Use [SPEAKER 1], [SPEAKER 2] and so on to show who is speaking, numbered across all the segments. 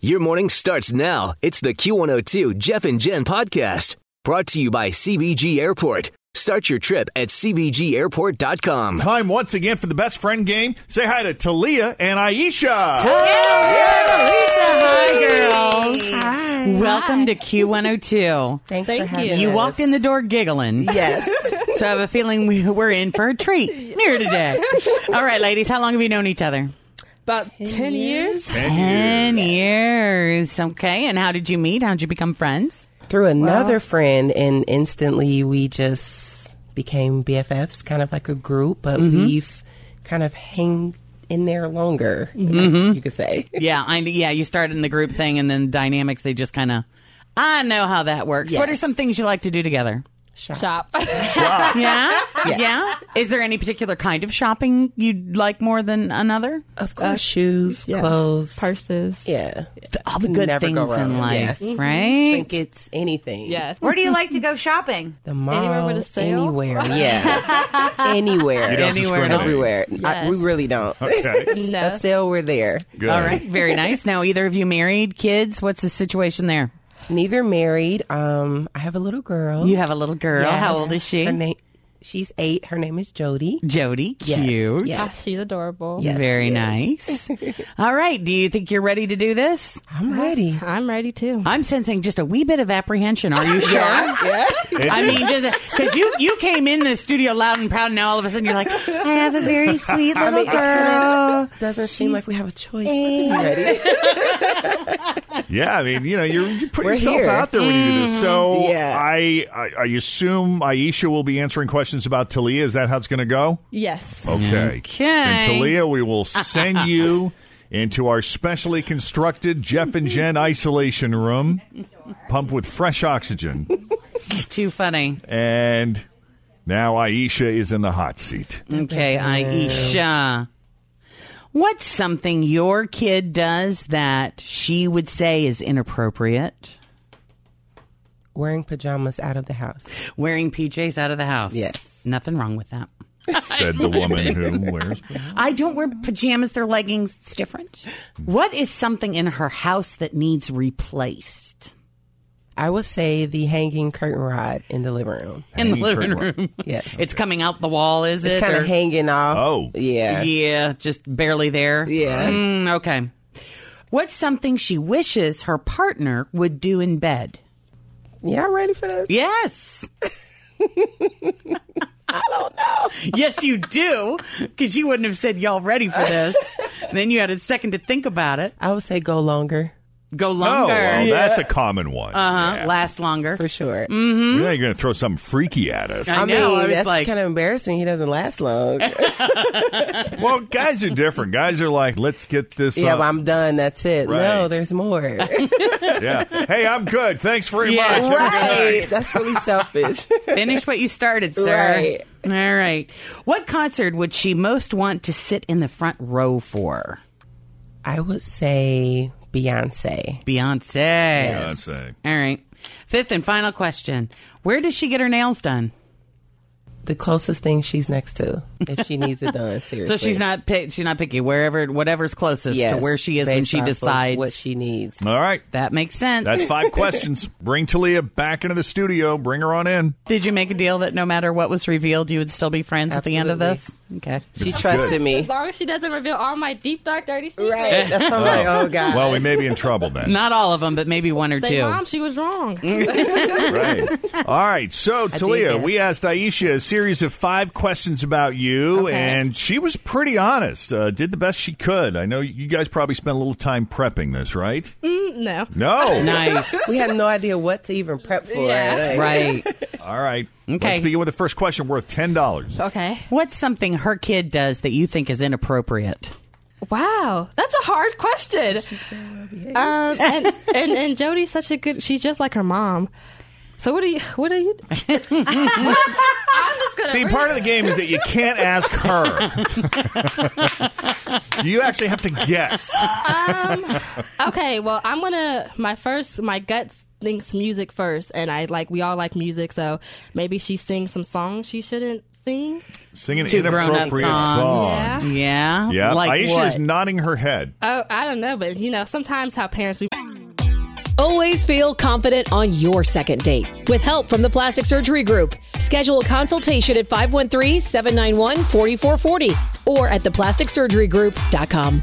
[SPEAKER 1] Your morning starts now. It's the Q102 Jeff and Jen podcast brought to you by CBG Airport. Start your trip at CBGAirport.com.
[SPEAKER 2] Time once again for the best friend game. Say hi to Talia and Aisha.
[SPEAKER 3] Hi, girls. Welcome to Q102.
[SPEAKER 4] Thanks for having
[SPEAKER 3] You
[SPEAKER 4] us.
[SPEAKER 3] walked in the door giggling.
[SPEAKER 4] Yes.
[SPEAKER 3] So I have a feeling we, we're in for a treat here today. All right, ladies, how long have you known each other?
[SPEAKER 5] About 10, years?
[SPEAKER 3] Ten years. Okay, and how did you meet? How did you become friends?
[SPEAKER 4] Through another friend, and instantly we just became BFFs, kind of like a group, but
[SPEAKER 3] Mm-hmm.
[SPEAKER 4] we've kind of hang in there longer, you could say.
[SPEAKER 3] Mm-hmm. Yeah, I, yeah. You started in the group thing, and then dynamics. They just kind of. I know how that works. What are
[SPEAKER 4] Yes.
[SPEAKER 3] some things you like to do together?
[SPEAKER 5] Shop.
[SPEAKER 3] Yeah, yeah. Is there any particular kind of shopping you'd like more than another?
[SPEAKER 4] Of course, shoes, clothes,
[SPEAKER 5] Purses.
[SPEAKER 4] yeah,
[SPEAKER 3] all Uh, the good
[SPEAKER 4] Never
[SPEAKER 3] things
[SPEAKER 4] go wrong. Mm-hmm.
[SPEAKER 3] in life,
[SPEAKER 4] Yeah.
[SPEAKER 3] right?
[SPEAKER 4] trinkets, anything.
[SPEAKER 5] Yes.
[SPEAKER 6] Where do you like to go shopping?
[SPEAKER 4] the mall,
[SPEAKER 5] Anywhere with a sale?
[SPEAKER 4] anywhere, yeah, anywhere,
[SPEAKER 2] You don't
[SPEAKER 3] Anywhere at all.
[SPEAKER 2] discriminate.
[SPEAKER 4] everywhere. I, we
[SPEAKER 5] Yes.
[SPEAKER 4] really don't.
[SPEAKER 2] Okay.
[SPEAKER 5] No.
[SPEAKER 4] a sale, we're there.
[SPEAKER 2] Good.
[SPEAKER 3] All right, very nice. Now, either of you married, kids? What's the situation there?
[SPEAKER 4] Neither married. Um, I have a little girl.
[SPEAKER 3] You have a little girl.
[SPEAKER 4] Yes.
[SPEAKER 3] How old is she?
[SPEAKER 4] Her name, she's eight. Her name is Jody.
[SPEAKER 3] Jody.
[SPEAKER 4] Yes.
[SPEAKER 3] Cute.
[SPEAKER 4] Yes.
[SPEAKER 5] She's adorable.
[SPEAKER 4] Yes,
[SPEAKER 3] Very
[SPEAKER 4] she is.
[SPEAKER 3] nice. All right. Do you think you're ready to do this?
[SPEAKER 4] I'm ready.
[SPEAKER 5] I'm ready too.
[SPEAKER 3] I'm sensing just a wee bit of apprehension. Are you sure? I mean, just because you you came in the studio loud and proud, and now all of a sudden you're like, eh, I have a very sweet little girl.
[SPEAKER 4] Doesn't seem like we have a choice. We're ready.
[SPEAKER 2] Yeah, I mean, you know, you're, you put
[SPEAKER 4] We're
[SPEAKER 2] yourself
[SPEAKER 4] here.
[SPEAKER 2] out there when you do this. So
[SPEAKER 4] Yeah.
[SPEAKER 2] I, I, I assume Aisha will be answering questions about Talia. Is that how it's going to go?
[SPEAKER 5] Yes.
[SPEAKER 2] Okay.
[SPEAKER 3] Okay.
[SPEAKER 2] And Talia, we will send you into our specially constructed Jeff and Jen isolation room, pumped with fresh oxygen.
[SPEAKER 3] Too funny.
[SPEAKER 2] And now Aisha is in the hot seat.
[SPEAKER 3] Okay, Aisha. What's something your kid does that she would say is inappropriate?
[SPEAKER 4] Wearing pajamas out of the house.
[SPEAKER 3] Wearing PJs out of the house.
[SPEAKER 4] Yes.
[SPEAKER 3] Nothing wrong with that.
[SPEAKER 2] Said the woman who wears.
[SPEAKER 3] I don't wear pajamas, they're leggings. It's different. What is something in her house that needs replaced?
[SPEAKER 4] I would say the hanging curtain rod in the living room.
[SPEAKER 3] In the
[SPEAKER 2] Hanging
[SPEAKER 3] living
[SPEAKER 2] curtain rod.
[SPEAKER 3] room.
[SPEAKER 4] Yes.
[SPEAKER 3] It's coming out the wall, is it?
[SPEAKER 4] It's kind
[SPEAKER 3] Or-
[SPEAKER 4] of hanging off.
[SPEAKER 2] Oh.
[SPEAKER 4] Yeah.
[SPEAKER 3] Yeah, just barely there.
[SPEAKER 4] Yeah.
[SPEAKER 3] Mm, okay. What's something she wishes her partner would do in bed?
[SPEAKER 4] Yeah, I'm ready for this.
[SPEAKER 3] Yes. I don't know. Yes, you do, because you wouldn't have said y'all ready for this. And then you had a second to think about it.
[SPEAKER 4] I would say go longer
[SPEAKER 3] Go
[SPEAKER 2] Oh,
[SPEAKER 3] longer.
[SPEAKER 2] well, that's a common one.
[SPEAKER 3] uh-huh. Last longer.
[SPEAKER 4] for sure.
[SPEAKER 2] You're not going to throw something freaky at us.
[SPEAKER 3] I know. I was
[SPEAKER 4] that's
[SPEAKER 3] like-
[SPEAKER 4] kind of embarrassing. He doesn't last long. yeah,
[SPEAKER 2] well, guys are different. Guys are like, let's get this.
[SPEAKER 4] but
[SPEAKER 2] up.
[SPEAKER 4] I'm done. That's it.
[SPEAKER 2] Right.
[SPEAKER 4] No, there's more.
[SPEAKER 2] yeah. Hey, I'm good. Thanks very much. Have a good night.
[SPEAKER 4] That's really selfish.
[SPEAKER 3] Finish what you started, sir.
[SPEAKER 4] Right.
[SPEAKER 3] All right. What concert would she most want to sit in the front row for?
[SPEAKER 4] I would say
[SPEAKER 3] Beyonce.
[SPEAKER 4] Beyonce.
[SPEAKER 2] Beyonce.
[SPEAKER 3] All right. Fifth and final question. Where does she get her nails done?
[SPEAKER 4] The closest thing she's next to, if she needs it done. Seriously.
[SPEAKER 3] So she's not pick, she's not picky. Wherever whatever's closest
[SPEAKER 4] Yes,
[SPEAKER 3] to where she is when
[SPEAKER 4] based
[SPEAKER 3] she
[SPEAKER 4] off of
[SPEAKER 3] decides
[SPEAKER 4] what she needs.
[SPEAKER 2] All right.
[SPEAKER 3] That makes sense.
[SPEAKER 2] That's five questions. Bring Talia back into the studio. Bring her on in.
[SPEAKER 3] Did you make a deal that no matter what was revealed, you would still be friends at the end of this?
[SPEAKER 7] Okay.
[SPEAKER 4] She trusted
[SPEAKER 2] good.
[SPEAKER 4] me.
[SPEAKER 5] As long as she doesn't reveal all my deep, dark, dirty secrets.
[SPEAKER 4] Right. That's I'm like, oh god.
[SPEAKER 2] Well, we may be in trouble then.
[SPEAKER 7] Not all of them, but maybe one or
[SPEAKER 5] Say,
[SPEAKER 7] two.
[SPEAKER 5] mom, she was wrong.
[SPEAKER 2] right. All right. So, Talia,
[SPEAKER 4] guess.
[SPEAKER 2] we asked Aisha a series of five questions about you,
[SPEAKER 5] Okay.
[SPEAKER 2] and she was pretty honest. Uh, did the best she could. I know you guys probably spent a little time prepping this, right?
[SPEAKER 5] no.
[SPEAKER 2] Mm, No.
[SPEAKER 7] Nice.
[SPEAKER 4] we had no idea what to even prep for.
[SPEAKER 5] Yeah.
[SPEAKER 4] Like,
[SPEAKER 7] right.
[SPEAKER 2] All right.
[SPEAKER 7] Okay.
[SPEAKER 2] Let's begin with the first question worth $10.
[SPEAKER 5] Okay.
[SPEAKER 7] What's something her kid does that you think is inappropriate?
[SPEAKER 5] Wow, that's a hard question. Um, and, and and Jody's such a good. She's just like her mom. So what are you? What are you? I'm just gonna.
[SPEAKER 2] See,
[SPEAKER 5] read
[SPEAKER 2] part of
[SPEAKER 5] it.
[SPEAKER 2] the game is that you can't ask her. you actually have to guess.
[SPEAKER 5] Okay, well, I'm gonna. My first, my gut thinks music first, and I like. We all like music, so maybe she sings some songs she shouldn't sing.
[SPEAKER 2] Sing an
[SPEAKER 7] Two grown-up
[SPEAKER 2] inappropriate
[SPEAKER 7] songs.
[SPEAKER 2] song.
[SPEAKER 5] Yeah.
[SPEAKER 7] Yeah.
[SPEAKER 2] Yeah.
[SPEAKER 7] Like
[SPEAKER 2] Aisha
[SPEAKER 7] what?
[SPEAKER 2] is nodding her head.
[SPEAKER 5] Oh, I don't know, but you know, sometimes how parents we.
[SPEAKER 6] Always feel confident on your second date. With help from the Plastic Surgery Group, schedule a consultation at 513-791-4440 or at theplasticsurgerygroup.com.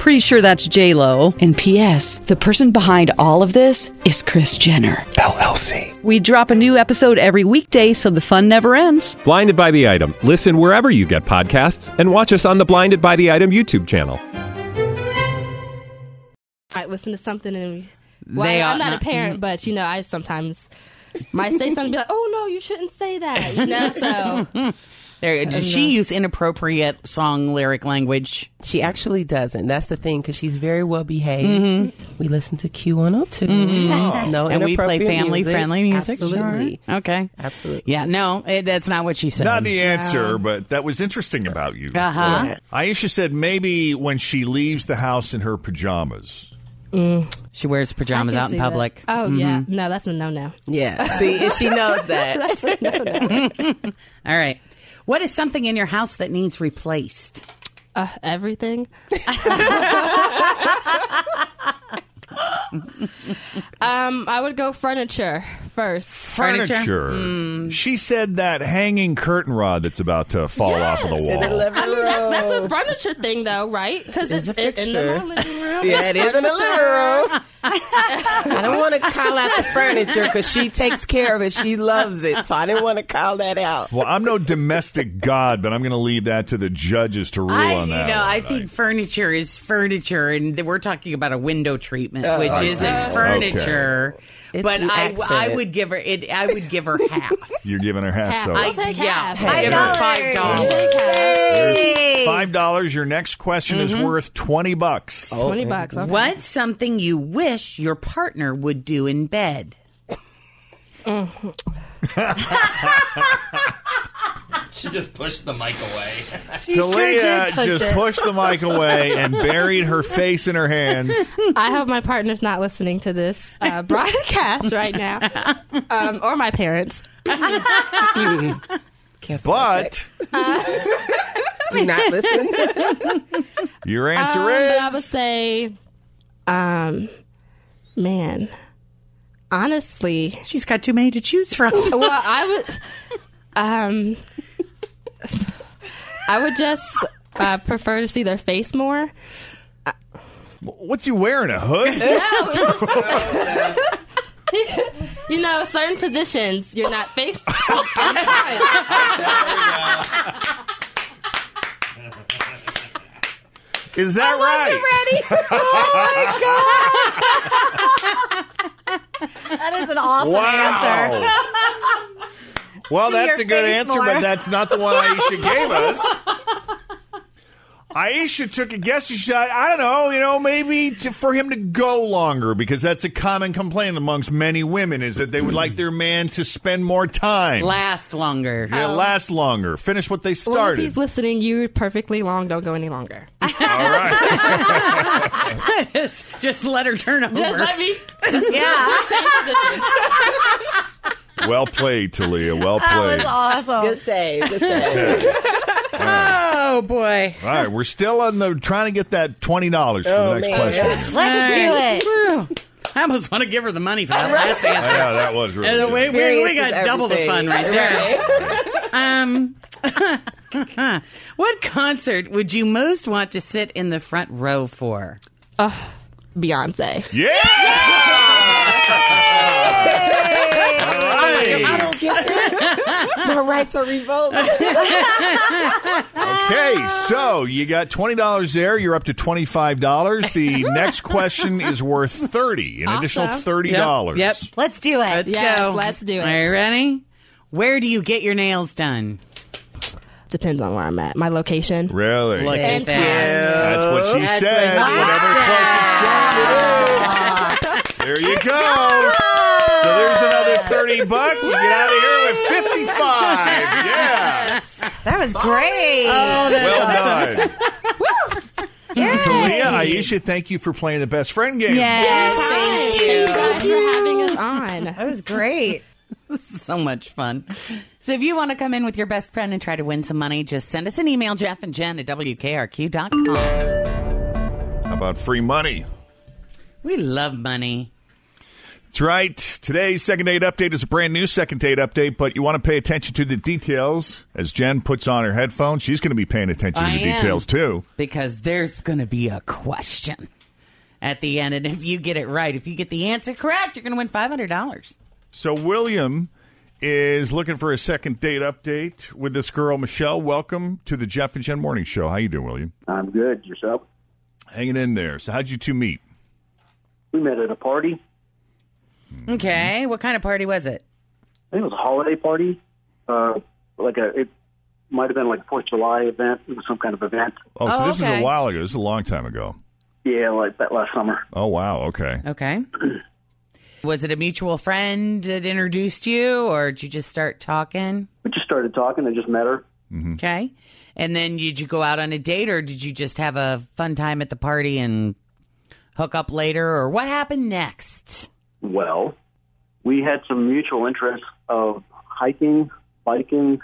[SPEAKER 8] Pretty sure that's J Lo. And P.S. The person behind all of this is Chris Jenner.
[SPEAKER 9] LLC.
[SPEAKER 8] We drop a new episode every weekday, so the fun never ends.
[SPEAKER 9] Blinded by the item. Listen wherever you get podcasts, and watch us on the Blinded by the Item YouTube channel.
[SPEAKER 5] might listen to something and we, well,
[SPEAKER 7] They ought
[SPEAKER 5] I'm not,
[SPEAKER 7] not-
[SPEAKER 5] a parent, but you know, I sometimes might say something and be like, "Oh no, you shouldn't say that," you know. So
[SPEAKER 7] There, does she use inappropriate song lyric language?
[SPEAKER 4] She actually doesn't. That's the thing because she's very well behaved.
[SPEAKER 3] Mm-hmm.
[SPEAKER 4] We listen to Q102. No,
[SPEAKER 7] And we play
[SPEAKER 4] inappropriate
[SPEAKER 7] family
[SPEAKER 4] music.
[SPEAKER 7] friendly music. Sure.
[SPEAKER 4] Absolutely.
[SPEAKER 7] Okay.
[SPEAKER 4] Absolutely.
[SPEAKER 7] Yeah. No, it, that's not what she said.
[SPEAKER 2] Not the answer, Uh-huh. but that was interesting about you.
[SPEAKER 7] uh huh.
[SPEAKER 2] Aisha said maybe when she leaves the house in her pajamas.
[SPEAKER 7] She wears pajamas
[SPEAKER 5] I can
[SPEAKER 7] out in
[SPEAKER 5] see that.
[SPEAKER 7] public.
[SPEAKER 5] Oh yeah, no, that's a no no.
[SPEAKER 4] Yeah. See, she knows that.
[SPEAKER 5] That's a no no.
[SPEAKER 7] All right. What is something in your house that needs replaced?
[SPEAKER 5] Uh, everything. um, I would go furniture first.
[SPEAKER 7] Furniture? Hmm.
[SPEAKER 2] She said that hanging curtain rod that's about to fall off of the wall.
[SPEAKER 5] I mean, that's, that's a furniture thing, though, right? Because
[SPEAKER 4] Oh. It's
[SPEAKER 5] it's,
[SPEAKER 4] a
[SPEAKER 5] it- in the
[SPEAKER 4] fixture.
[SPEAKER 5] mom living room.
[SPEAKER 4] Yeah, it is in the living room. I don't want to call out the furniture because she takes care of it. She loves it, so I didn't want to call that out.
[SPEAKER 2] Well, I'm no domestic god, but I'm going to leave that to the judges to rule
[SPEAKER 7] I,
[SPEAKER 2] on
[SPEAKER 7] you
[SPEAKER 2] that.
[SPEAKER 7] know,
[SPEAKER 2] one.
[SPEAKER 7] I think furniture is furniture, and th- we're talking about a window treatment, which isn't
[SPEAKER 2] see.
[SPEAKER 7] furniture.
[SPEAKER 4] It's
[SPEAKER 7] But
[SPEAKER 4] an
[SPEAKER 7] I, I
[SPEAKER 4] accent.
[SPEAKER 7] would give her it. I would give her half.
[SPEAKER 2] you're giving her half.
[SPEAKER 5] Half.
[SPEAKER 2] So
[SPEAKER 5] I'll take
[SPEAKER 7] yeah,
[SPEAKER 5] half.
[SPEAKER 7] I'd give her five
[SPEAKER 5] I'll
[SPEAKER 7] dollars.
[SPEAKER 5] take half.
[SPEAKER 2] There's five dollars. Your next question is
[SPEAKER 7] Mm-hmm.
[SPEAKER 2] worth twenty bucks.
[SPEAKER 5] Twenty bucks. Okay.
[SPEAKER 7] What's something you wish your partner would do in bed?
[SPEAKER 10] She just pushed the mic away.
[SPEAKER 2] Talia just pushed the mic away and buried her face in her hands.
[SPEAKER 5] I hope my partner's not listening to this uh, broadcast right now, um, or my parents.
[SPEAKER 4] Cancel that
[SPEAKER 2] But
[SPEAKER 4] check. do not listen.
[SPEAKER 2] your answer
[SPEAKER 4] Oh,
[SPEAKER 5] Um, but I would
[SPEAKER 2] is
[SPEAKER 5] say, um, man, honestly,
[SPEAKER 7] She's got too many to choose from.
[SPEAKER 5] well, I would, um, I would just uh, prefer to see their face more.
[SPEAKER 2] what's you wearing a hood?
[SPEAKER 5] No, it's just. You know, certain positions, you're not face.
[SPEAKER 2] Is that right?
[SPEAKER 4] that is an awesome
[SPEAKER 2] well, that's
[SPEAKER 4] your
[SPEAKER 2] a good
[SPEAKER 4] face
[SPEAKER 2] answer,
[SPEAKER 4] more.
[SPEAKER 2] but that's not the one Aisha gave us. Aisha took a guess. She said, I don't know, you know, maybe to, for him to go longer because that's a common complaint amongst many women is that they would like their man to spend more time.
[SPEAKER 7] Last longer.
[SPEAKER 2] Yeah, last longer. Finish what they
[SPEAKER 5] Well, if
[SPEAKER 2] started.
[SPEAKER 5] he's listening, you're perfectly long. Don't go any longer.
[SPEAKER 2] All right.
[SPEAKER 7] just, just let her turn over.
[SPEAKER 5] Just let me.
[SPEAKER 4] Yeah.
[SPEAKER 5] Change positions.
[SPEAKER 2] Well played, Talia. Well played.
[SPEAKER 7] awesome.
[SPEAKER 4] Good save. Good save.
[SPEAKER 7] Oh boy.
[SPEAKER 2] All right, we're still on the trying to get that twenty dollars for the
[SPEAKER 4] Oh,
[SPEAKER 2] next
[SPEAKER 4] man.
[SPEAKER 2] question.
[SPEAKER 11] Let's do it.
[SPEAKER 7] it. I almost want to give her the money for that last
[SPEAKER 2] I
[SPEAKER 7] answer.
[SPEAKER 2] know that was
[SPEAKER 7] And
[SPEAKER 2] really.
[SPEAKER 7] the
[SPEAKER 2] good.
[SPEAKER 7] way we, we got
[SPEAKER 4] Experience is
[SPEAKER 7] double the fun
[SPEAKER 4] everything.
[SPEAKER 7] right there. um, what concert would you most want to sit in the front row for?
[SPEAKER 5] Beyonce.
[SPEAKER 2] Yeah.
[SPEAKER 4] I
[SPEAKER 2] All
[SPEAKER 4] don't get this. My rights are revoked.
[SPEAKER 2] right. Okay, so you got twenty dollars there. You're up to twenty five dollars. The next question is worth thirty, an additional
[SPEAKER 5] Awesome.
[SPEAKER 2] thirty dollars.
[SPEAKER 7] Yep.
[SPEAKER 11] Let's do it.
[SPEAKER 5] Yes,
[SPEAKER 7] Go.
[SPEAKER 5] let's do it.
[SPEAKER 7] Are you ready? Where do you get your nails done?
[SPEAKER 5] Depends on where I'm at. My location.
[SPEAKER 2] Really?
[SPEAKER 7] Look
[SPEAKER 5] And
[SPEAKER 7] at that.
[SPEAKER 2] That's what she
[SPEAKER 7] That's
[SPEAKER 2] said.
[SPEAKER 7] what she
[SPEAKER 2] Whatever the closest job it is. There you go. So there's another 30 bucks. You get out of here with 55. Yeah.
[SPEAKER 11] That was great.
[SPEAKER 7] Oh, that's
[SPEAKER 2] Well done. Talia, Aisha, thank you for playing the best friend game.
[SPEAKER 11] Yes,
[SPEAKER 5] Thank you guys for having us on.
[SPEAKER 11] That was great.
[SPEAKER 7] so much fun. So if you want to come in with your best friend and try to win some money, just send us an email, Jeff and Jen at WKRQ.com.
[SPEAKER 2] How about free money?
[SPEAKER 7] We love money.
[SPEAKER 2] That's right. Today's second date update is a brand new second date update, but you want to pay attention to the details. As Jen puts on her headphones, she's going to be paying attention
[SPEAKER 7] I
[SPEAKER 2] to the
[SPEAKER 7] am.
[SPEAKER 2] details too.
[SPEAKER 7] Because there's going to be a question at the end. And if you get it right, if you get the answer correct, you're going to win $500.
[SPEAKER 2] So William is looking for a second date update with this girl Michelle. Welcome to the Jeff and Jen Morning Show. How you doing, William?
[SPEAKER 3] I'm good. Yourself?
[SPEAKER 2] Hanging in there. So how'd you two meet?
[SPEAKER 3] We met at a party.
[SPEAKER 7] Okay. What kind of party was it?
[SPEAKER 3] I think it was a holiday party. Uh, like a, it might have been like a Fourth of July event. It was some kind of event.
[SPEAKER 2] Oh, so
[SPEAKER 7] Oh,
[SPEAKER 2] this is
[SPEAKER 7] okay.
[SPEAKER 2] a while ago. This is a long time ago.
[SPEAKER 3] Yeah, like that last summer.
[SPEAKER 2] Oh wow. Okay.
[SPEAKER 7] Okay. Was it a mutual friend that introduced you, or did you just start talking?
[SPEAKER 3] We just started talking. I just met her.
[SPEAKER 7] Okay. And then did you go out on a date, or did you just have a fun time at the party and hook up later, or what happened next?
[SPEAKER 3] Well, we had some mutual interests of hiking, biking,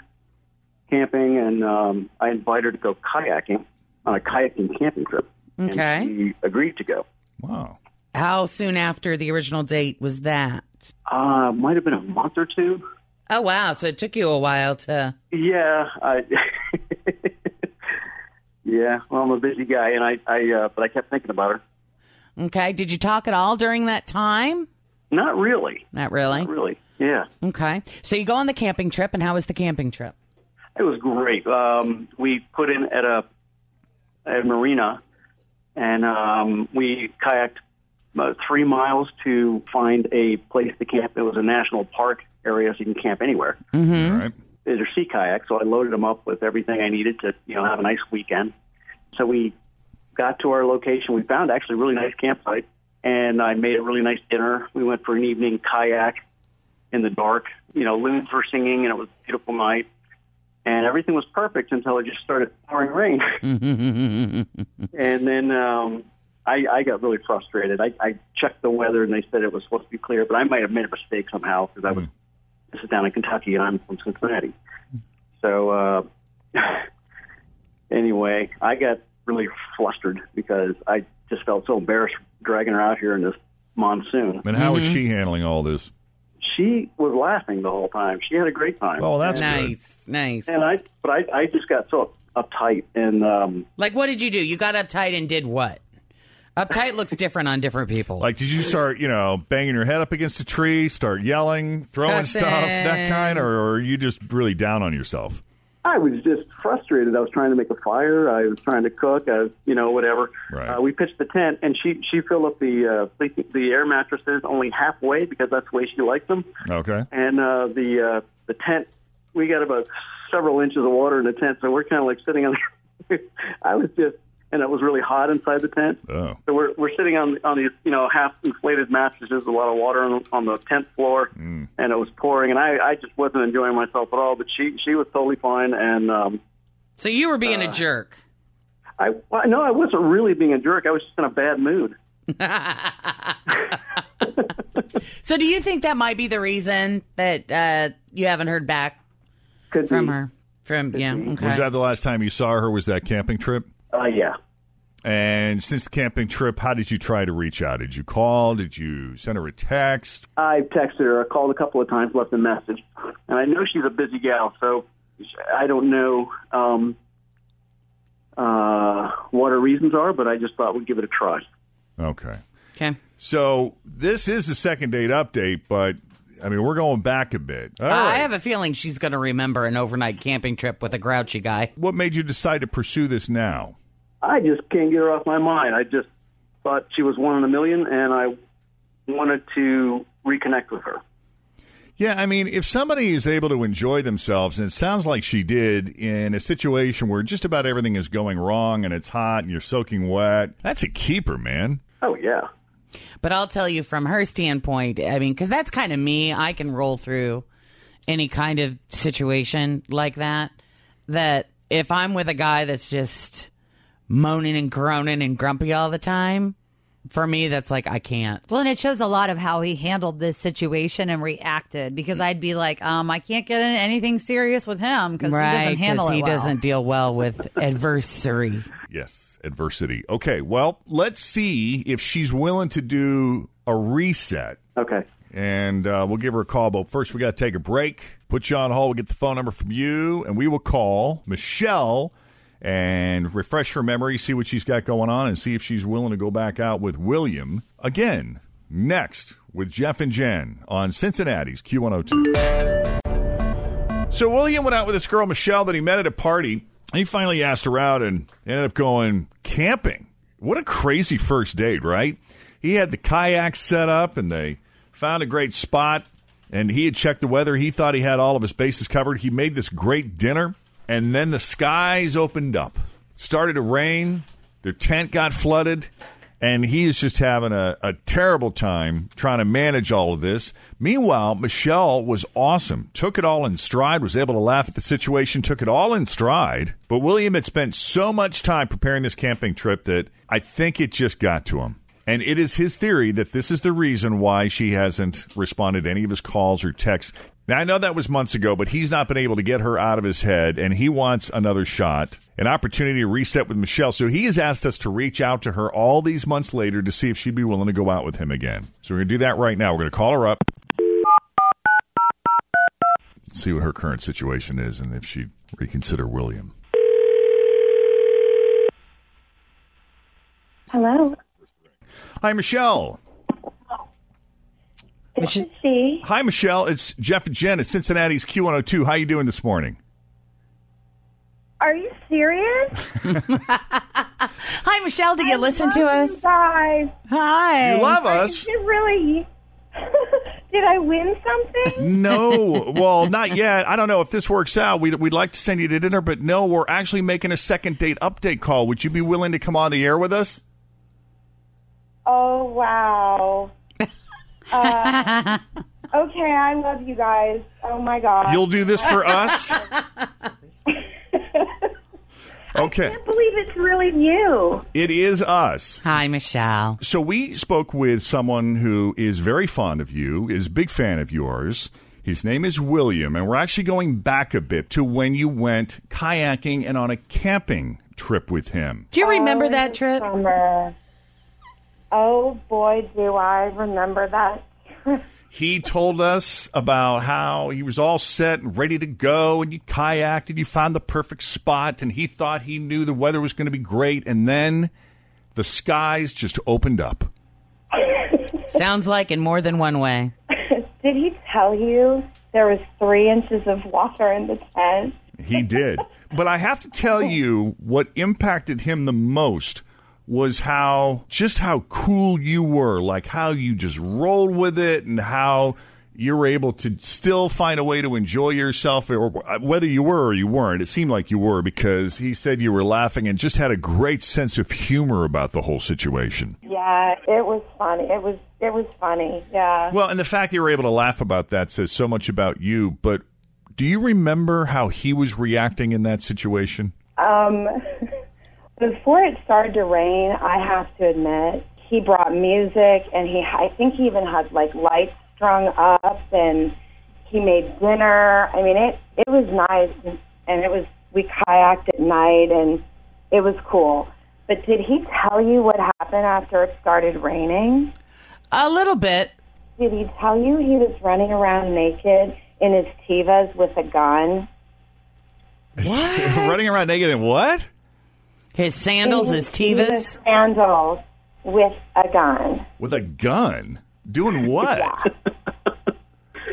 [SPEAKER 3] camping, and um, I invited her to go kayaking on a kayaking camping trip. And
[SPEAKER 7] Okay.
[SPEAKER 3] she agreed to go.
[SPEAKER 2] Wow.
[SPEAKER 7] How soon after the original date was that?
[SPEAKER 3] Uh, might have been a month or two.
[SPEAKER 7] Oh, wow. So it took you a while to.
[SPEAKER 3] Yeah, I, yeah. Well, I'm a busy guy, and I, I, uh, but I kept thinking about her.
[SPEAKER 7] Okay. Did you talk at all during that time?
[SPEAKER 3] Not really,
[SPEAKER 7] Not really.
[SPEAKER 3] not really. Yeah,
[SPEAKER 7] Okay. So you go on the camping trip, and how was the camping trip?
[SPEAKER 3] it was great. Um, we put in at a at a marina, and um, we kayaked about three miles to find a place to camp. It was a national park area, so you can camp anywhere.
[SPEAKER 7] Mm-hmm.
[SPEAKER 2] All right.
[SPEAKER 3] These are sea kayaks, so I loaded them up with everything I needed to, you know, have a nice weekend. So we got to our location. We found actually a really nice campsite, and I made a really nice dinner. We went for an evening kayak in the dark. You know, loons were singing, and it was a beautiful night. And everything was perfect until it just started pouring rain. and then um, I, I got really frustrated. I, I checked the weather, and they said it was supposed to be clear, but I might have made a mistake somehow because I was
[SPEAKER 11] Hmm.
[SPEAKER 3] this is down in Kentucky, and I'm from Cincinnati. So uh, anyway, I got really flustered because I just felt so embarrassed dragging her out here in this monsoon.
[SPEAKER 2] And how is
[SPEAKER 7] Mm-hmm.
[SPEAKER 2] she handling all this?
[SPEAKER 3] She was laughing the whole time. She had a great time.
[SPEAKER 2] Oh, that's good.
[SPEAKER 7] nice. Nice.
[SPEAKER 3] and I, but I, I just got so uptight, and um,
[SPEAKER 7] Like, what did you do? You got uptight and did what? Uptight looks different on different people.
[SPEAKER 2] Like, did you start, you know, banging your head up against a tree, start yelling, throwing stuff, that kind, or, or are you just really down on yourself?
[SPEAKER 3] I was just frustrated. I was trying to make a fire. I was trying to cook. I, was, you know, whatever.
[SPEAKER 2] Right.
[SPEAKER 3] Uh, we pitched the tent, and she she filled up the uh, the, the air mattresses only halfway because that's the way she liked them.
[SPEAKER 2] Okay.
[SPEAKER 3] And uh, the uh, the tent, we got about several inches of water in the tent, so we're kind of like sitting on. The, I was just, and it was really hot inside the tent.
[SPEAKER 2] Oh.
[SPEAKER 3] So we're we're sitting on on these you know half inflated mattresses, a lot of water on, on the tent floor, and it was pouring, and I I just wasn't enjoying myself at all. But she she was totally fine, and um,
[SPEAKER 7] so you were being a jerk.
[SPEAKER 3] I well, no, I wasn't really being a jerk. I was just in a bad mood.
[SPEAKER 7] So, do you think that might be the reason that uh, you haven't heard back from her? From yeah, okay.
[SPEAKER 2] Was that the last time you saw her? Was that camping trip?
[SPEAKER 12] Uh, yeah.
[SPEAKER 2] And since the camping trip, how did you try to reach out? Did you call? Did you send her a text?
[SPEAKER 12] I texted her. I called a couple of times, left a message, and I know she's a busy gal, so I don't know um, uh, what her reasons are, but I just thought we'd give it a try.
[SPEAKER 2] Okay.
[SPEAKER 7] Okay.
[SPEAKER 2] So this is a second date update, but I mean we're going back a bit. All
[SPEAKER 7] Uh, I
[SPEAKER 2] right.
[SPEAKER 7] have a feeling she's going to remember an overnight camping trip with a grouchy guy.
[SPEAKER 2] What made you decide to pursue this now?
[SPEAKER 12] I just can't get her off my mind. I just thought she was one in a million, and I wanted to reconnect with her.
[SPEAKER 2] Yeah, I mean, if somebody is able to enjoy themselves, and it sounds like she did in a situation where just about everything is going wrong and it's hot and you're soaking wet, that's a keeper, man.
[SPEAKER 12] Oh yeah.
[SPEAKER 7] But I'll tell you from her standpoint, I mean, because that's kind of me. I can roll through any kind of situation like that. That if I'm with a guy that's just moaning and groaning and grumpy all the time, for me, that's like, I can't.
[SPEAKER 3] Well, and it shows a lot of how he handled this situation and reacted
[SPEAKER 7] Mm.
[SPEAKER 3] because I'd be like, um, I can't get in anything serious with him because he doesn't handle it
[SPEAKER 7] he
[SPEAKER 3] well.
[SPEAKER 7] doesn't deal well with adversary.
[SPEAKER 2] Yes, adversity. Okay, well, let's see if she's willing to do a reset.
[SPEAKER 12] Okay.
[SPEAKER 2] And uh, we'll give her a call, but first we got to take a break. Put you on hold. We'll get the phone number from you, and we will call Michelle and refresh her memory, see what she's got going on, and see if she's willing to go back out with William again next with Jeff and Jen on Cincinnati's Q102. So William went out with this girl Michelle that he met at a party. He finally asked her out and ended up going camping. What a crazy first date, right? He had the kayak set up and they found a great spot and he had checked the weather. He thought he had all of his bases covered. He made this great dinner and then the skies opened up. Started to rain, their tent got flooded and he is just having a, a terrible time trying to manage all of this. Meanwhile, Michelle was awesome, took it all in stride, was able to laugh at the situation, took it all in stride. But William had spent so much time preparing this camping trip that I think it just got to him. And it is his theory that this is the reason why she hasn't responded to any of his calls or texts. Now, I know that was months ago, but he's not been able to get her out of his head, and he wants another shot, an opportunity to reset with Michelle. So he has asked us to reach out to her all these months later to see if she'd be willing to go out with him again. So we're going to do that right now. We're going to call her up, see what her current situation is, and if she'd reconsider William.
[SPEAKER 11] Hello.
[SPEAKER 2] Hi, Michelle.
[SPEAKER 11] This is C.
[SPEAKER 2] Hi, Michelle. It's Jeff and Jen at Cincinnati's Q102. How you doing this morning?
[SPEAKER 11] Are you serious?
[SPEAKER 7] Hi, Michelle. Do you listen to us?
[SPEAKER 11] Hi.
[SPEAKER 7] Hi.
[SPEAKER 2] You love us.
[SPEAKER 11] Did really? Did I win something?
[SPEAKER 2] No, well, not yet. I don't know if this works out. We'd, we'd like to send you to dinner, but no, we're actually making a second date update call. Would you be willing to come on the air with us?
[SPEAKER 11] Oh wow. Uh, okay, I love you guys. Oh my god.
[SPEAKER 2] You'll do this for us? Okay,
[SPEAKER 11] I believe it's really you.
[SPEAKER 2] it is us.
[SPEAKER 7] Hi, Michelle.
[SPEAKER 2] So we spoke with someone who is very fond of you, is a big fan of yours. His name is William, and we're actually going back a bit to when you went kayaking and on a camping trip with him.
[SPEAKER 7] Do you remember
[SPEAKER 11] Oh,
[SPEAKER 7] that trip?
[SPEAKER 11] Summer. Oh boy, do I remember that.
[SPEAKER 2] He told us about how he was all set and ready to go, and you kayaked and you found the perfect spot, and he thought he knew the weather was going to be great, and then the skies just opened up.
[SPEAKER 7] Sounds like in more than one way.
[SPEAKER 11] Did he tell you there was three inches of water in the tent?
[SPEAKER 2] He did. but I have to tell you what impacted him the most was how just how cool you were, like how you just rolled with it and how you were able to still find a way to enjoy yourself or whether you were or you weren't. It seemed like you were because he said you were laughing and just had a great sense of humor about the whole situation.
[SPEAKER 11] Yeah, it was funny. It was it was funny. Yeah.
[SPEAKER 2] Well, and the fact that you were able to laugh about that says so much about you, but do you remember how he was reacting in that situation?
[SPEAKER 11] Um, before it started to rain, I have to admit, he brought music, and he I think he even had like lights strung up, and he made dinner. I mean, it it was nice, and, and it was we kayaked at night, and it was cool. But did he tell you what happened after it started raining?
[SPEAKER 7] A little bit.
[SPEAKER 11] Did he tell you he was running around naked in his tivas with a gun?
[SPEAKER 2] Running around naked in what?
[SPEAKER 7] His sandals, his tivas.
[SPEAKER 11] Sandals with a gun.
[SPEAKER 2] With a gun. Doing what?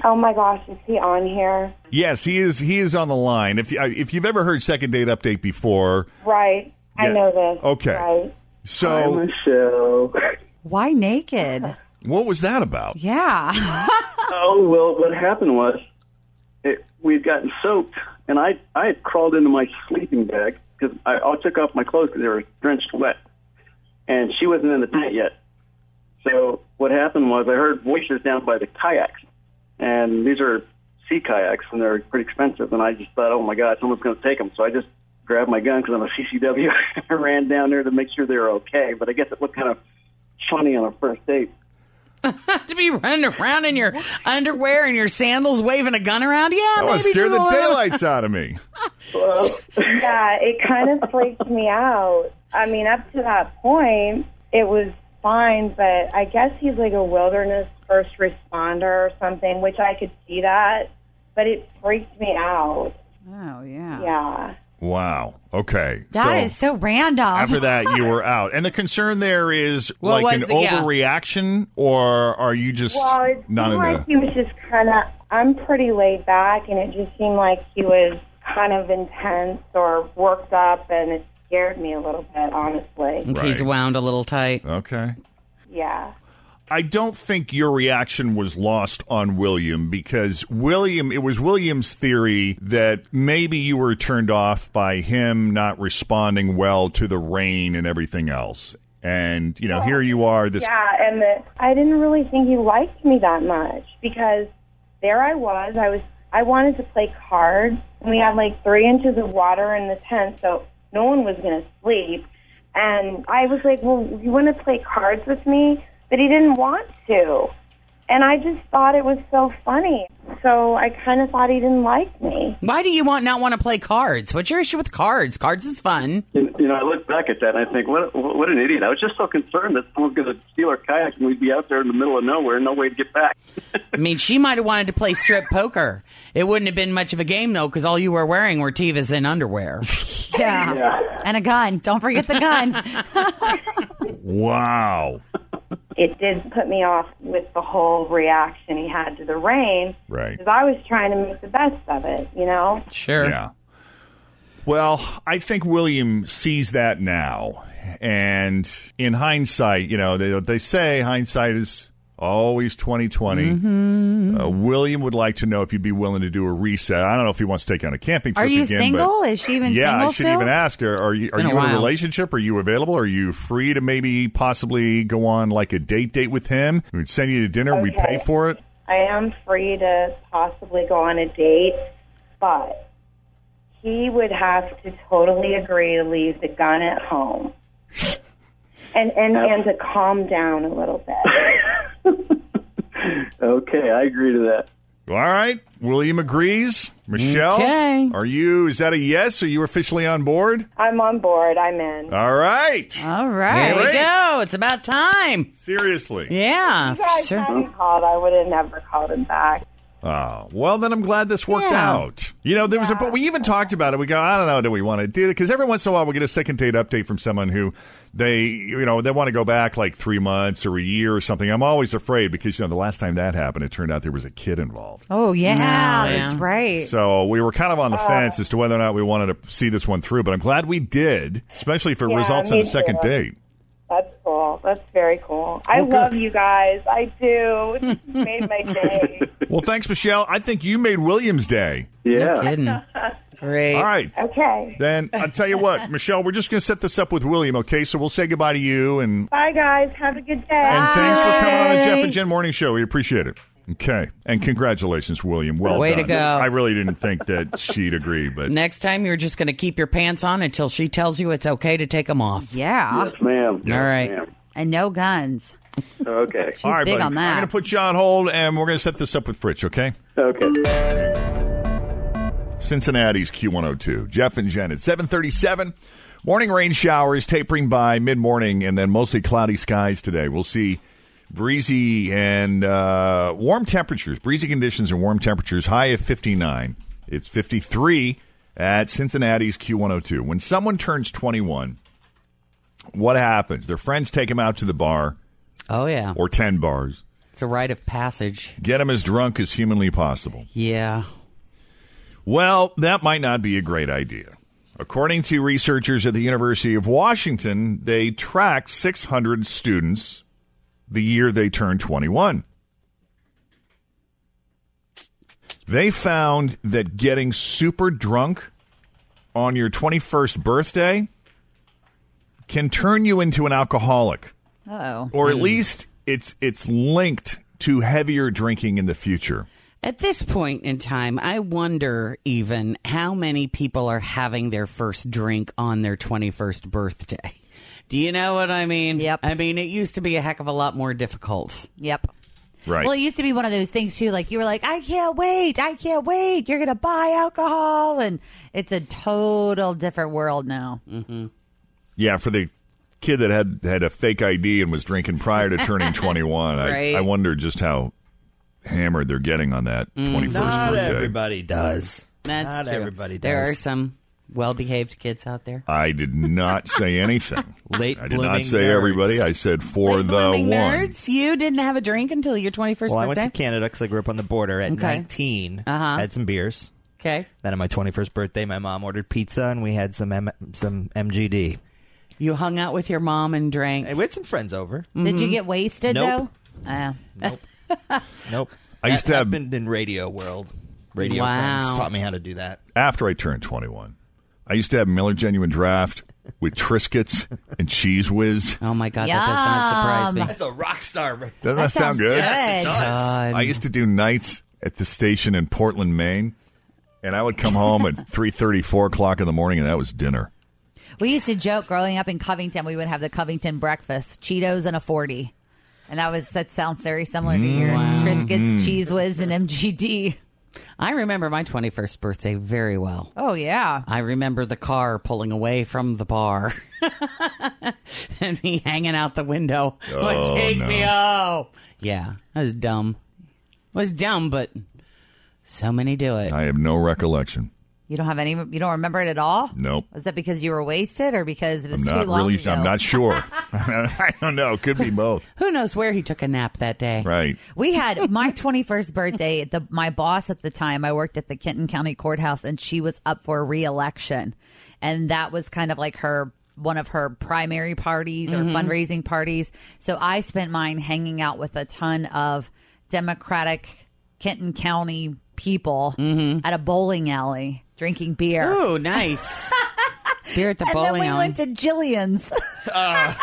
[SPEAKER 11] Oh my gosh, is he on here?
[SPEAKER 2] yes, he is. He is on the line. If you, uh, if you've ever heard second date update before,
[SPEAKER 11] Right. I
[SPEAKER 2] Yeah.
[SPEAKER 11] know this.
[SPEAKER 2] Okay.
[SPEAKER 11] Right.
[SPEAKER 2] so
[SPEAKER 3] Why naked?
[SPEAKER 2] what was that about?
[SPEAKER 3] Yeah.
[SPEAKER 12] oh well, what happened was it, we'd gotten soaked, and I I had crawled into my sleeping bag because I, I took off my clothes because they were drenched wet, and she wasn't in the tent yet. So what happened was I heard voices down by the kayaks, and these are sea kayaks, and they're pretty expensive. And I just thought, oh my god, someone's going to take them. So I just grabbed my gun because I'm a CCW. I ran down there to make sure they were okay. But I guess it looked kind of funny on a first date.
[SPEAKER 7] to be running around in your underwear and your sandals, waving a gun around. Yeah,
[SPEAKER 2] That would
[SPEAKER 7] maybe
[SPEAKER 2] scare
[SPEAKER 7] do a
[SPEAKER 2] the
[SPEAKER 7] little-
[SPEAKER 2] daylights out of me.
[SPEAKER 11] yeah, it kind of freaked me out. I mean, up to that point, it was fine, but I guess he's like a wilderness first responder or something, which I could see that, but it freaked me out.
[SPEAKER 3] Oh yeah.
[SPEAKER 11] Yeah.
[SPEAKER 2] Wow. Okay.
[SPEAKER 3] That is so, random.
[SPEAKER 2] After that, you were out, and the concern there is
[SPEAKER 3] What
[SPEAKER 2] like an
[SPEAKER 3] was the- yeah.
[SPEAKER 2] overreaction, or are you just
[SPEAKER 11] well, it seemed
[SPEAKER 2] not in
[SPEAKER 11] like
[SPEAKER 2] a?
[SPEAKER 11] he was just kind of. I'm pretty laid back, and it just seemed like he was kind of intense or worked up, and it scared me a little bit, honestly.
[SPEAKER 7] He's wound a little tight.
[SPEAKER 2] Okay.
[SPEAKER 11] Yeah.
[SPEAKER 2] I don't think your reaction was lost on William because William, it was William's theory that maybe you were turned off by him not responding well to the rain and everything else. And, you know, here you are, this
[SPEAKER 11] Yeah, and the, I didn't really think he liked me that much because there I was. I was I wanted to play cards, and we had like three inches of water in the tent, so no one was going to sleep. And I was like, "Well, you want to play cards with me?" But he didn't want to, and I just thought it was so funny. So I kind of thought he didn't like me.
[SPEAKER 7] Why do you want not want to play cards? What's your issue with cards? Cards is fun.
[SPEAKER 12] You you know, I look back at that and I think, what what an idiot! I was just so concerned that someone's going to steal our kayak and we'd be out there in the middle of nowhere, no way to get back.
[SPEAKER 7] I mean, she might have wanted to play strip poker. It wouldn't have been much of a game though, because all you were wearing were tivas and underwear.
[SPEAKER 3] yeah. And a gun. Don't forget the gun.
[SPEAKER 2] wow.
[SPEAKER 11] It did put me off with the whole reaction he had to the rain
[SPEAKER 2] Right.
[SPEAKER 11] because I was trying to make the best of it, you know.
[SPEAKER 7] Sure.
[SPEAKER 2] Yeah. Well, I think William sees that now. And in hindsight, you know, they, they say hindsight is always 2020.
[SPEAKER 3] Mm-hmm.
[SPEAKER 2] Uh, William would like to know if you'd be willing to do a reset. I don't know if he wants to take you on a camping trip
[SPEAKER 3] Are you
[SPEAKER 2] again, but-
[SPEAKER 3] single? Is she even
[SPEAKER 2] yeah,
[SPEAKER 3] single
[SPEAKER 2] I should
[SPEAKER 3] still?
[SPEAKER 2] even ask her. Are you are
[SPEAKER 7] been a
[SPEAKER 2] you in a
[SPEAKER 7] while.
[SPEAKER 2] relationship? Are you available? Are you free to maybe possibly go on like a date date with him? We'd send you to dinner. We
[SPEAKER 11] Okay.
[SPEAKER 2] pay for it.
[SPEAKER 11] I am free to possibly go on a date, but he would have to totally agree to leave the gun at home. And and, and to calm down a little bit.
[SPEAKER 12] Okay, I agree to that.
[SPEAKER 2] All right. William agrees. Michelle,
[SPEAKER 7] Okay.
[SPEAKER 2] are you? Is that a yes? Are you officially on board?
[SPEAKER 11] I'm on board. I'm in.
[SPEAKER 2] All right.
[SPEAKER 3] All
[SPEAKER 7] There
[SPEAKER 3] right.
[SPEAKER 7] we go. It's about time.
[SPEAKER 2] Seriously.
[SPEAKER 7] Yeah.
[SPEAKER 11] If I
[SPEAKER 2] Uh-huh.
[SPEAKER 7] Sure.
[SPEAKER 11] hadn't called, I would have never called him back.
[SPEAKER 2] Oh, well, then I'm glad this worked
[SPEAKER 7] Yeah.
[SPEAKER 2] out. You know, there was a, but we even talked about it. We go, I don't know, do we want to do it? Because every once in a while we get a second date update from someone who they, you know, they want to go back like three months or a year or something. I'm always afraid because, you know, the last time that happened, it turned out there was a kid involved.
[SPEAKER 3] Oh yeah, that's
[SPEAKER 7] yeah.
[SPEAKER 3] right.
[SPEAKER 2] So we were kind of on the fence as to whether or not we wanted to see this one through, but I'm glad we did, especially if it
[SPEAKER 11] Yeah,
[SPEAKER 2] results in
[SPEAKER 11] me
[SPEAKER 2] a second
[SPEAKER 11] too.
[SPEAKER 2] date.
[SPEAKER 11] That's cool. That's very cool. I
[SPEAKER 2] good.
[SPEAKER 11] love you guys. I do. It just made my day.
[SPEAKER 2] Well, thanks, Michelle. I think you made William's day.
[SPEAKER 12] Yeah.
[SPEAKER 7] Kidding. Great.
[SPEAKER 2] All right.
[SPEAKER 11] Okay.
[SPEAKER 2] Then I'll tell you what, Michelle, we're just going to set this up with William, okay? So we'll say goodbye to you and
[SPEAKER 11] Bye, guys. Have a good day.
[SPEAKER 2] and thanks for coming on the Jeff and Jen Morning Show. We appreciate it. Okay, and congratulations, William. Well
[SPEAKER 7] Way
[SPEAKER 2] done.
[SPEAKER 7] to go.
[SPEAKER 2] I really didn't think that she'd agree, but
[SPEAKER 7] Next time, you're just going to keep your pants on until she tells you it's okay to take them off.
[SPEAKER 3] Yeah.
[SPEAKER 12] Yes, ma'am.
[SPEAKER 7] All right.
[SPEAKER 12] Ma'am.
[SPEAKER 3] and no guns.
[SPEAKER 12] Okay.
[SPEAKER 3] She's big
[SPEAKER 2] buddy.
[SPEAKER 3] on that.
[SPEAKER 2] I'm going to put you on hold, and we're going to set this up with Fritch, okay?
[SPEAKER 12] Okay.
[SPEAKER 2] Cincinnati's Q102. Jeff and Jen at 737. Morning rain showers tapering by mid morning and then mostly cloudy skies today. We'll see breezy and uh, warm temperatures, breezy conditions and warm temperatures, high of 59. It's 53 at Cincinnati's Q102. When someone turns 21, what happens? Their friends take them out to the bar.
[SPEAKER 7] Oh, yeah.
[SPEAKER 2] Or 10 bars.
[SPEAKER 7] It's a rite of passage.
[SPEAKER 2] Get them as drunk as humanly possible.
[SPEAKER 7] Yeah.
[SPEAKER 2] Well, that might not be a great idea. According to researchers at the University of Washington, they tracked 600 students the year they turned 21. They found that getting super drunk on your 21st birthday can turn you into an alcoholic
[SPEAKER 3] Oh.
[SPEAKER 2] or at least it's it's linked to heavier drinking in the future.
[SPEAKER 7] At this point in time, I wonder even how many people are having their first drink on their 21st birthday. Do you know what I mean? Yep. I mean, it used to be a heck of a lot more difficult.
[SPEAKER 3] Yep.
[SPEAKER 2] Right.
[SPEAKER 3] Well, it used to be one of those things too. Like you were like, I can't wait, I can't wait. You're gonna buy alcohol, and it's a total different world now.
[SPEAKER 2] Mm-hmm. Yeah, for the kid that had had a fake ID and was drinking prior to turning 21,
[SPEAKER 3] Right.
[SPEAKER 2] I, I wonder just how hammered they're getting on that 21st
[SPEAKER 10] Not
[SPEAKER 2] birthday.
[SPEAKER 10] everybody does.
[SPEAKER 7] That's
[SPEAKER 10] Not
[SPEAKER 7] true.
[SPEAKER 10] everybody
[SPEAKER 7] There
[SPEAKER 10] does.
[SPEAKER 7] are some well behaved kids out there.
[SPEAKER 2] I did not say anything. Late I did
[SPEAKER 10] blooming
[SPEAKER 2] not say
[SPEAKER 10] nerds.
[SPEAKER 2] everybody. I said for the one.
[SPEAKER 7] Nerds, you didn't have a drink until your 21st
[SPEAKER 10] Well, I went to
[SPEAKER 7] birthday?
[SPEAKER 10] Canada because I grew up on the border at
[SPEAKER 7] Okay.
[SPEAKER 10] 19.
[SPEAKER 7] Uh-huh.
[SPEAKER 10] Had some beers.
[SPEAKER 7] Okay.
[SPEAKER 10] Then on my 21st birthday, my mom ordered pizza and we had some M- some MGD.
[SPEAKER 7] You hung out with your mom and drank.
[SPEAKER 10] we had some friends over.
[SPEAKER 3] Did
[SPEAKER 2] Mm-hmm.
[SPEAKER 3] you get wasted
[SPEAKER 10] Nope.
[SPEAKER 3] though? Uh,
[SPEAKER 10] Nope.
[SPEAKER 2] I used
[SPEAKER 10] That
[SPEAKER 2] to have-
[SPEAKER 10] happened in radio world. Radio
[SPEAKER 3] Wow.
[SPEAKER 10] friends taught me how to do that.
[SPEAKER 2] After I turned 21, I used to have Miller Genuine Draft with Triscuits and Cheese Whiz.
[SPEAKER 7] Oh my God,
[SPEAKER 10] that does not surprise me. Yum.
[SPEAKER 3] That's
[SPEAKER 10] a rock star.
[SPEAKER 2] Doesn't that,
[SPEAKER 3] That
[SPEAKER 2] sound
[SPEAKER 3] sounds
[SPEAKER 2] good?
[SPEAKER 3] Yes, it does. God.
[SPEAKER 2] I used to do nights at the station in Portland, Maine, and I would come home at three thirty, four o'clock in the morning, and that was dinner.
[SPEAKER 3] we used to joke growing up in Covington. We would have the Covington breakfast: Cheetos and a forty, and that was that sounds very similar to your
[SPEAKER 2] Mm-hmm.
[SPEAKER 3] Triscuits,
[SPEAKER 7] Mm.
[SPEAKER 3] Cheese Whiz, and MGD.
[SPEAKER 7] I remember my 21st birthday very well.
[SPEAKER 3] Oh yeah.
[SPEAKER 7] I remember the car pulling away from the bar and me hanging out the window. like,
[SPEAKER 13] Oh,
[SPEAKER 7] take
[SPEAKER 13] no.
[SPEAKER 7] me home. Yeah, that was dumb. was dumb, but so many do it.
[SPEAKER 2] I have no recollection.
[SPEAKER 3] You don't have any. You don't remember it at all.
[SPEAKER 2] Nope.
[SPEAKER 3] Was that because you were wasted, or because it was
[SPEAKER 2] I'm
[SPEAKER 3] too
[SPEAKER 2] not
[SPEAKER 3] long
[SPEAKER 2] really.
[SPEAKER 3] ago?
[SPEAKER 2] I'm not sure. I don't know. Could be both.
[SPEAKER 7] Who knows where he took a nap that day?
[SPEAKER 2] Right.
[SPEAKER 3] We had my 21st birthday. The my boss at the time, I worked at the Kenton County Courthouse, and she was up for reelection, and that was kind of like her one of her primary parties or
[SPEAKER 14] Mhm.
[SPEAKER 3] fundraising parties. So I spent mine hanging out with a ton of Democratic Kenton County people at a bowling alley drinking beer.
[SPEAKER 7] Oh, nice. Beer at the
[SPEAKER 3] and
[SPEAKER 7] bowling
[SPEAKER 3] then we
[SPEAKER 7] alley.
[SPEAKER 3] went to Jillian's. Oh,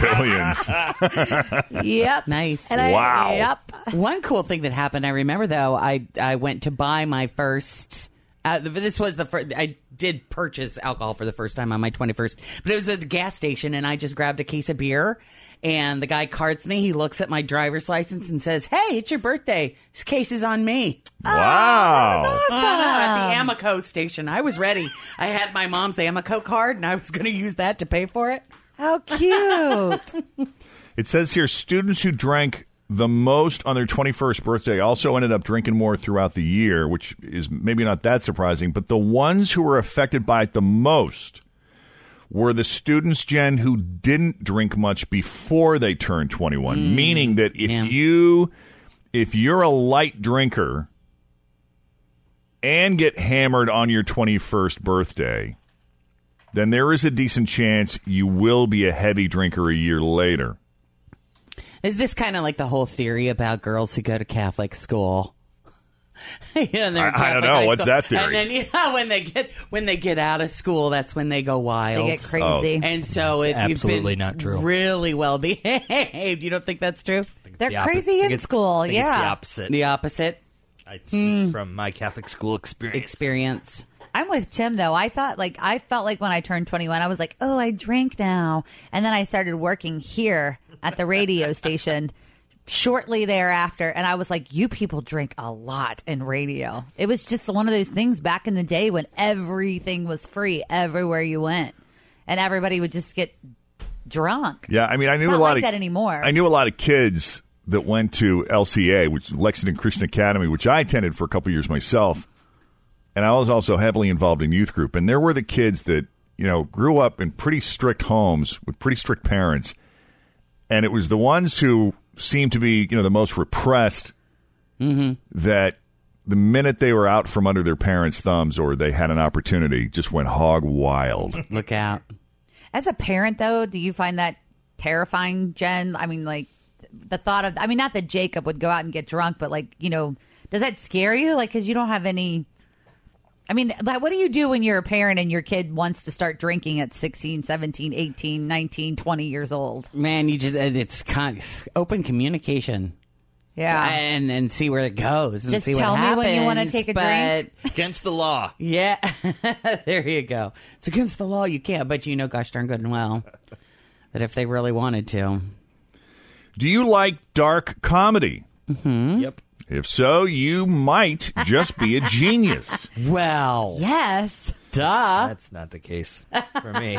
[SPEAKER 2] Jillian's.
[SPEAKER 3] Yep.
[SPEAKER 7] Nice.
[SPEAKER 3] And I- Wow.
[SPEAKER 7] Yep. One cool thing that happened, I remember though, I I went to buy my first. Uh, this was the first. I did purchase alcohol for the first time on my 21st, but it was at a gas station, and I just grabbed a case of beer. And the guy carts me. He looks at my driver's license and says, "Hey, it's your birthday. This case is on me."
[SPEAKER 2] Wow.
[SPEAKER 7] Uh, at the Amoco station, I was ready. I had my mom's Amoco card, and I was going to use that to pay for it.
[SPEAKER 3] How cute!
[SPEAKER 2] It says here students who drank the most on their 21st birthday also ended up drinking more throughout the year, which is maybe not that surprising, but the ones who were affected by it the most were the students, Jen, who didn't drink much before they turned 21, meaning that if you if you're a light drinker and get hammered on your 21st birthday, then there is a decent chance you will be a heavy drinker a year later.
[SPEAKER 7] Is this kind of like the whole theory about girls who go to Catholic school? you know, they're in
[SPEAKER 2] I- I
[SPEAKER 7] Catholic
[SPEAKER 2] don't know.
[SPEAKER 7] high
[SPEAKER 2] What's
[SPEAKER 7] school.
[SPEAKER 2] that theory?
[SPEAKER 7] And then you know, when they get when they get out of school, that's when they go wild.
[SPEAKER 3] They get crazy. Oh.
[SPEAKER 7] And so, if
[SPEAKER 10] Absolutely
[SPEAKER 7] you've been
[SPEAKER 10] not true.
[SPEAKER 7] really well behaved, you don't think that's true?
[SPEAKER 3] They're
[SPEAKER 10] the opposite. crazy I think in it's-
[SPEAKER 3] school.
[SPEAKER 10] I think it's the opposite.
[SPEAKER 7] The opposite
[SPEAKER 10] I speak from my Catholic school Hmm. experience.
[SPEAKER 7] experience.
[SPEAKER 3] I'm with Tim though. I thought like I felt like when I turned 21, I was like, oh, I drink now, and then I started working here, at the radio station shortly thereafter and I was like you people drink a lot in radio. It was just one of those things back in the day when everything was free everywhere you went and everybody would just get drunk.
[SPEAKER 2] Yeah, I mean, I knew
[SPEAKER 3] It's
[SPEAKER 2] a
[SPEAKER 3] not
[SPEAKER 2] lot
[SPEAKER 3] like
[SPEAKER 2] of
[SPEAKER 3] that anymore.
[SPEAKER 2] I knew a lot of kids that went to LCA, which Lexington Christian Academy, which I attended for a couple years myself, and I was also heavily involved in youth group. And there were the kids that you know grew up in pretty strict homes with pretty strict parents, and it was the ones who seemed to be you know the most repressed
[SPEAKER 3] Mm-hmm.
[SPEAKER 2] that. The minute they were out from under their parents' thumbs or they had an opportunity, just went hog wild.
[SPEAKER 7] Look out.
[SPEAKER 3] As a parent, though, do you find that terrifying, Jen? I mean, like the thought of, I mean, not that Jacob would go out and get drunk, but like, you know, does that scare you? Like, because you don't have any. I mean, like, what do you do when you're a parent and your kid wants to start drinking at 16, 17, 18, 19, 20 years old?
[SPEAKER 7] Man, you just and it's kind of open communication.
[SPEAKER 3] Yeah.
[SPEAKER 7] and and see where it goes. And
[SPEAKER 3] Just
[SPEAKER 7] see
[SPEAKER 3] tell
[SPEAKER 7] what
[SPEAKER 3] me
[SPEAKER 7] happens,
[SPEAKER 3] when you wanna take a drink.
[SPEAKER 7] but- Against the law. Yeah, there you go. It's against the law. You can't. But you know, gosh darn good and well, that if they really wanted to,
[SPEAKER 2] Do you like dark comedy? Mm-hmm.
[SPEAKER 7] Yep.
[SPEAKER 2] If so, you might just be a genius.
[SPEAKER 7] Well,
[SPEAKER 3] yes.
[SPEAKER 7] Duh.
[SPEAKER 10] That's not the case for me.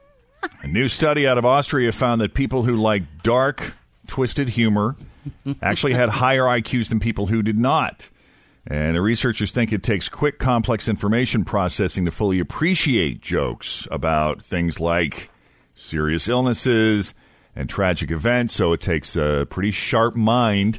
[SPEAKER 2] A new study out of Austria found that people who like dark, twisted humor actually had higher IQs than people who did not. And the researchers think it takes quick, complex information processing to fully appreciate jokes about things like serious illnesses and tragic events. So it takes a pretty sharp mind